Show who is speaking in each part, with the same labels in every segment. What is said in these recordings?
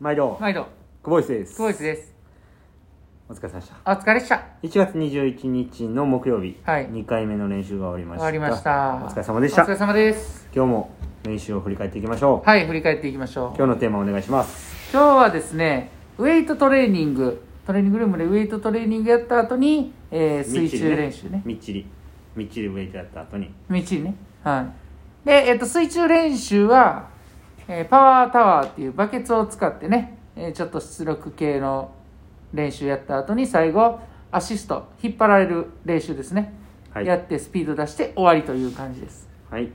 Speaker 1: 毎度、
Speaker 2: 毎度、
Speaker 1: 久保井です
Speaker 2: スポイスです。
Speaker 1: お疲れ様でした
Speaker 2: お疲れっした。
Speaker 1: 1月21日の木曜日、
Speaker 2: はい
Speaker 1: 2回目の練習が終わりまし
Speaker 2: 終
Speaker 1: た
Speaker 2: わりました。
Speaker 1: お疲れ様でした
Speaker 2: お疲れ様です。
Speaker 1: 今日も練習を振り返っていきましょう、
Speaker 2: はい、振り返っていきましょう。
Speaker 1: 今日のテーマお願いします
Speaker 2: 今日はですね、ウェイトトレーニング、トレーニングルームでウェイトトレーニングやった後に、えー水中練習ね。
Speaker 1: みっちりみっちりウェイトやった後に
Speaker 2: みっちりね。はい。で、えっ、と、水中練習は、えーパワータワーっていうバケツを使ってね、えーちょっと出力系の練習やった後に最後、アシスト、引っ張られる練習ですね。
Speaker 1: はい
Speaker 2: やってスピード出して終わりという感じです。
Speaker 1: はい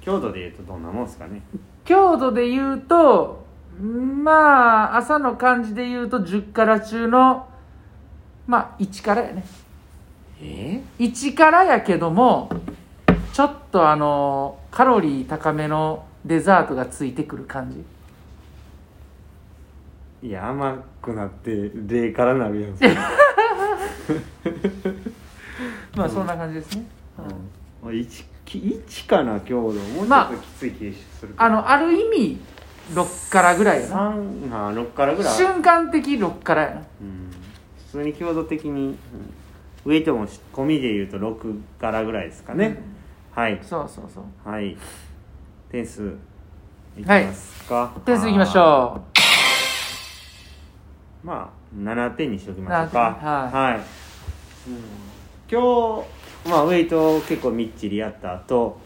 Speaker 1: 強度で言うとどんなもんですかね
Speaker 2: 強度で言うとまあ朝の感じで言うと10から中のまあ1からやね
Speaker 1: え
Speaker 2: 1からやけどもちょっとあのカロリー高めのデザートがついてくる感じ
Speaker 1: いや甘くなって0からなるやん
Speaker 2: まあそんな感じですね、うん
Speaker 1: うん、1, 1かな強度もうちょ
Speaker 2: ま
Speaker 1: っ
Speaker 2: あ
Speaker 1: ときつい気がするけど、
Speaker 2: あのある意味6からぐらいやな
Speaker 1: 3あ6からぐらい
Speaker 2: 瞬間的6からやな
Speaker 1: うん普通に強度的に、うんウェイトも込みで言うと6からぐらいですかね、はい
Speaker 2: そうそうそう
Speaker 1: はい点数いきますか、
Speaker 2: 点数いきまし
Speaker 1: あ
Speaker 2: ょう
Speaker 1: ーまあ7点にしておきましょうか
Speaker 2: 7点
Speaker 1: はい、うん、今日、まあ、ウェイトを結構みっちりやった後、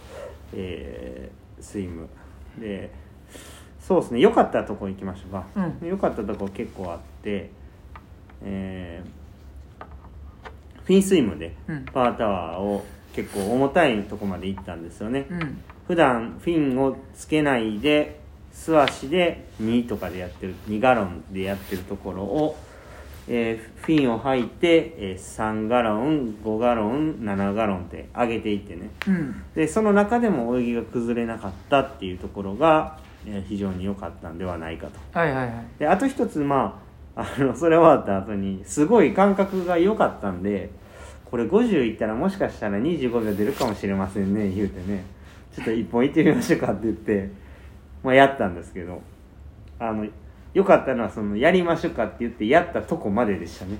Speaker 1: えースイムでそうですね良かったとこ行きましょうか
Speaker 2: うん
Speaker 1: 良、かったとこ結構あってえーフィンスイムで
Speaker 2: うん
Speaker 1: パワータワーを結構重たいとこまで行ったんですよね、
Speaker 2: うん
Speaker 1: 普段フィンをつけないで素足で2とかでやってる2ガロンでやってるところを、えーフィンを履いて、えー3ガロン5ガロン7ガロンって上げていってね
Speaker 2: うん
Speaker 1: でその中でも泳ぎが崩れなかったっていうところが、えー非常に良かったんではないかと
Speaker 2: はいはいはい
Speaker 1: であと一つまああのそ れ終わった後にすごい感覚が良かったんでこれ50いったらもしかしたら25秒出るかもしれませんね言うてねちょっと一本いってみましょうかって言って、まあ、やったんですけどあの良かったのはそのやりましょうかって言ってやったとこまででしたね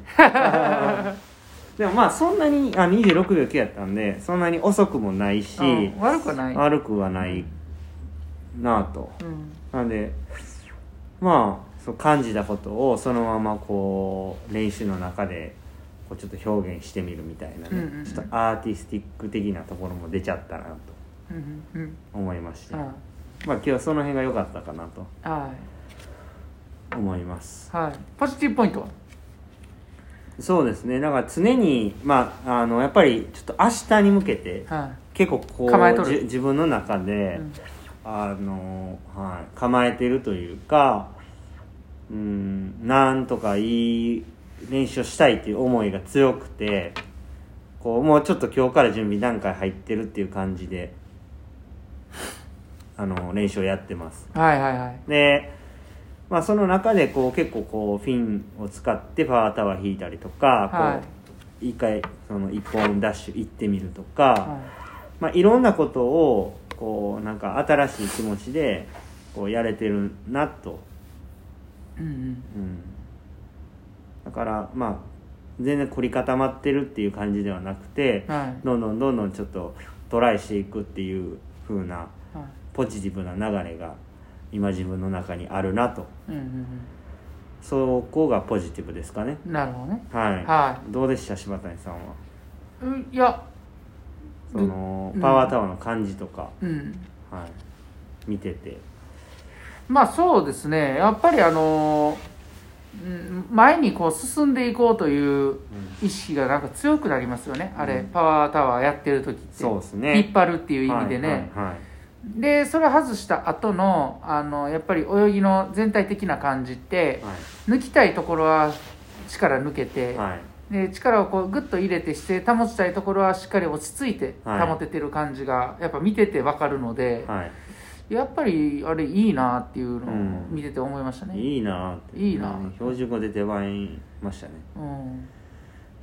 Speaker 1: でもまあそんなにあ26秒9やったんでそんなに遅くもないし、
Speaker 2: うん悪くはない
Speaker 1: 悪くはないなぁと
Speaker 2: うん
Speaker 1: なんでまあそう感じたことをそのままこう練習の中でこうちょっと表現してみるみたいなね、
Speaker 2: うんうんうん
Speaker 1: ちょっとアーティスティック的なところも出ちゃったなと
Speaker 2: うんうんうん
Speaker 1: 思いまして、
Speaker 2: あ
Speaker 1: まあ今日はその辺が良かったかなと
Speaker 2: あはい
Speaker 1: 思います
Speaker 2: はい、ポジティブポイントは
Speaker 1: そうですねだから常にまああのやっぱりちょっと明日に向けて
Speaker 2: は
Speaker 1: 結構こ
Speaker 2: 構えと
Speaker 1: う
Speaker 2: る
Speaker 1: じ自分の中
Speaker 2: い、
Speaker 1: で、
Speaker 2: うん
Speaker 1: あの、はい、構えてるというか、うん、なんとかいい練習をしたいっていう思いが強くて、こう、もうちょっと今日から準備段階入ってるっていう感じで、あの、練習をやってます。
Speaker 2: はいはいはい
Speaker 1: で、まあその中でこう結構こうフィンを使ってパワータワー引いたりとか、
Speaker 2: は
Speaker 1: こう、一回その一本ダッシュ行ってみるとか、
Speaker 2: は
Speaker 1: まあ、いろんなことをこうなんか新しい気持ちでこうやれてるなと、
Speaker 2: いうん
Speaker 1: うん、だからまあ全然凝り固まってるっていう感じではなくて
Speaker 2: うんはい
Speaker 1: どんどんどんどんちょっとトライしていくっていう風な
Speaker 2: は
Speaker 1: ポジティブな流れが今自分の中にあるなと
Speaker 2: いうんうん
Speaker 1: そこがポジティブですかね
Speaker 2: うんなるほどね
Speaker 1: はい、
Speaker 2: は
Speaker 1: どうでした柴谷さんは
Speaker 2: うんいや
Speaker 1: その
Speaker 2: うん
Speaker 1: パワータワーの感じとか、
Speaker 2: うん
Speaker 1: はい、見てて
Speaker 2: まあそうですねやっぱりあのうん前にこう進んでいこうという意識がなんか強くなりますよね、あれ
Speaker 1: うん
Speaker 2: パワータワーやってる時って
Speaker 1: そうですね
Speaker 2: 引っ張るっていう意味でね、
Speaker 1: はいはいはい
Speaker 2: でそれ外した後のあのやっぱり泳ぎの全体的な感じって、
Speaker 1: はい
Speaker 2: 抜きたいところは力抜けて、
Speaker 1: はい、
Speaker 2: で力をこうグッと入れてして保ちたいところはしっかり落ち着いて
Speaker 1: はい
Speaker 2: 保ててる感じがやっぱ見ててわかるので、
Speaker 1: は
Speaker 2: やっぱりあれいいなっていうの
Speaker 1: う
Speaker 2: を
Speaker 1: ん
Speaker 2: 見てて思いました
Speaker 1: い、
Speaker 2: ね、
Speaker 1: いいなって
Speaker 2: いいな
Speaker 1: うん標準語で出番いましたね
Speaker 2: うん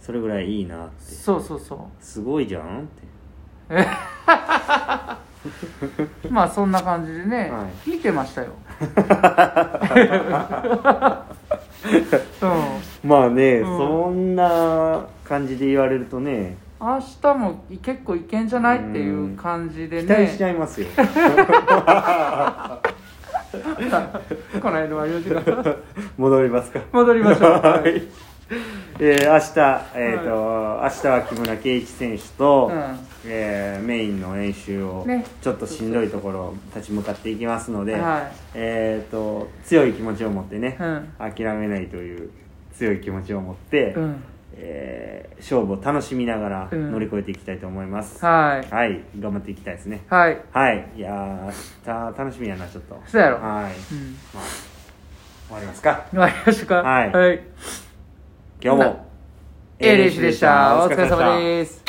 Speaker 1: それぐらいいいなって
Speaker 2: そうそうそう
Speaker 1: すごいじゃんって
Speaker 2: まあそんな感じでね、
Speaker 1: は
Speaker 2: 見てまし たようん
Speaker 1: まあね、
Speaker 2: うん
Speaker 1: そんな感じで言われるとね
Speaker 2: 明日も結構いけんじゃないっていう感じで
Speaker 1: 期待しち
Speaker 2: ね、
Speaker 1: ゃいますよ
Speaker 2: この間は4時間
Speaker 1: 戻りますか
Speaker 2: 戻りましょ う。
Speaker 1: は
Speaker 2: はい
Speaker 1: い、えー明日、えーと明日は木村敬一選手と、えーメインの練習を、
Speaker 2: ね
Speaker 1: ちょっとしんどいところ立ち向かっていきますので、
Speaker 2: は
Speaker 1: えー、と強い気持ちを持ってね
Speaker 2: い、、うん、
Speaker 1: 諦めないという強い気持ちを持って、
Speaker 2: うん、
Speaker 1: えー勝負を楽しみながら
Speaker 2: うん
Speaker 1: 乗り越えていきたいと思います、
Speaker 2: はい、
Speaker 1: はい頑張っていきたいですね
Speaker 2: はい、
Speaker 1: はいいやー明日楽しみやなちょっとはい
Speaker 2: そうやろ。
Speaker 1: 終
Speaker 2: うん、
Speaker 1: わりますか
Speaker 2: わかりましたか。
Speaker 1: はい
Speaker 2: はい、
Speaker 1: 今日も
Speaker 2: A 練習でした。お疲れ様です。